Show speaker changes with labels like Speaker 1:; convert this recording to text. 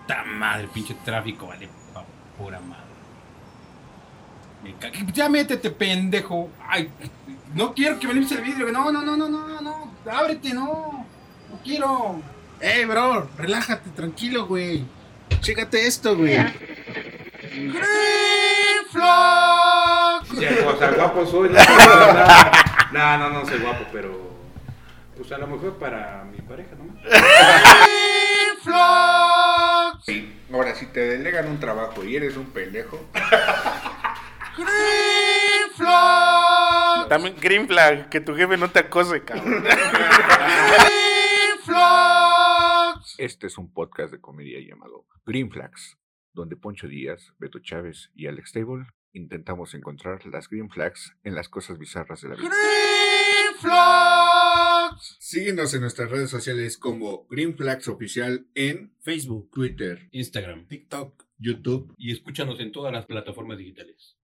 Speaker 1: puta madre, pinche tráfico, vale, pa pura madre. Me cague- Ya métete, pendejo. Ay, no quiero que me limpies el vidrio. No, no, no, no, no, no. Ábrete, no. No quiero. Eh,
Speaker 2: Ey, bro, relájate, tranquilo, güey. Chécate esto, güey.
Speaker 1: Green flag.
Speaker 3: Sí, o sea, guapo soy. No, no, no, no, no soy guapo, pero. Pues a lo mejor para mi pareja nomás.
Speaker 1: Green flag.
Speaker 4: Ahora, si te delegan un trabajo y eres un pendejo,
Speaker 1: Green flag.
Speaker 5: También Green Flag, que tu jefe no te acose, cabrón.
Speaker 1: Green flag.
Speaker 6: Este es un podcast de comedia llamado Green Flags, donde Poncho Díaz, Beto Chávez y Alex Table intentamos encontrar las Green Flags en las cosas bizarras de la vida.
Speaker 1: Green flag.
Speaker 4: síguenos en nuestras redes sociales como Green Flags Oficial en
Speaker 2: Facebook,
Speaker 4: Twitter,
Speaker 1: Instagram.
Speaker 2: TikTok.
Speaker 4: YouTube.
Speaker 1: Y escúchanos en todas las plataformas digitales.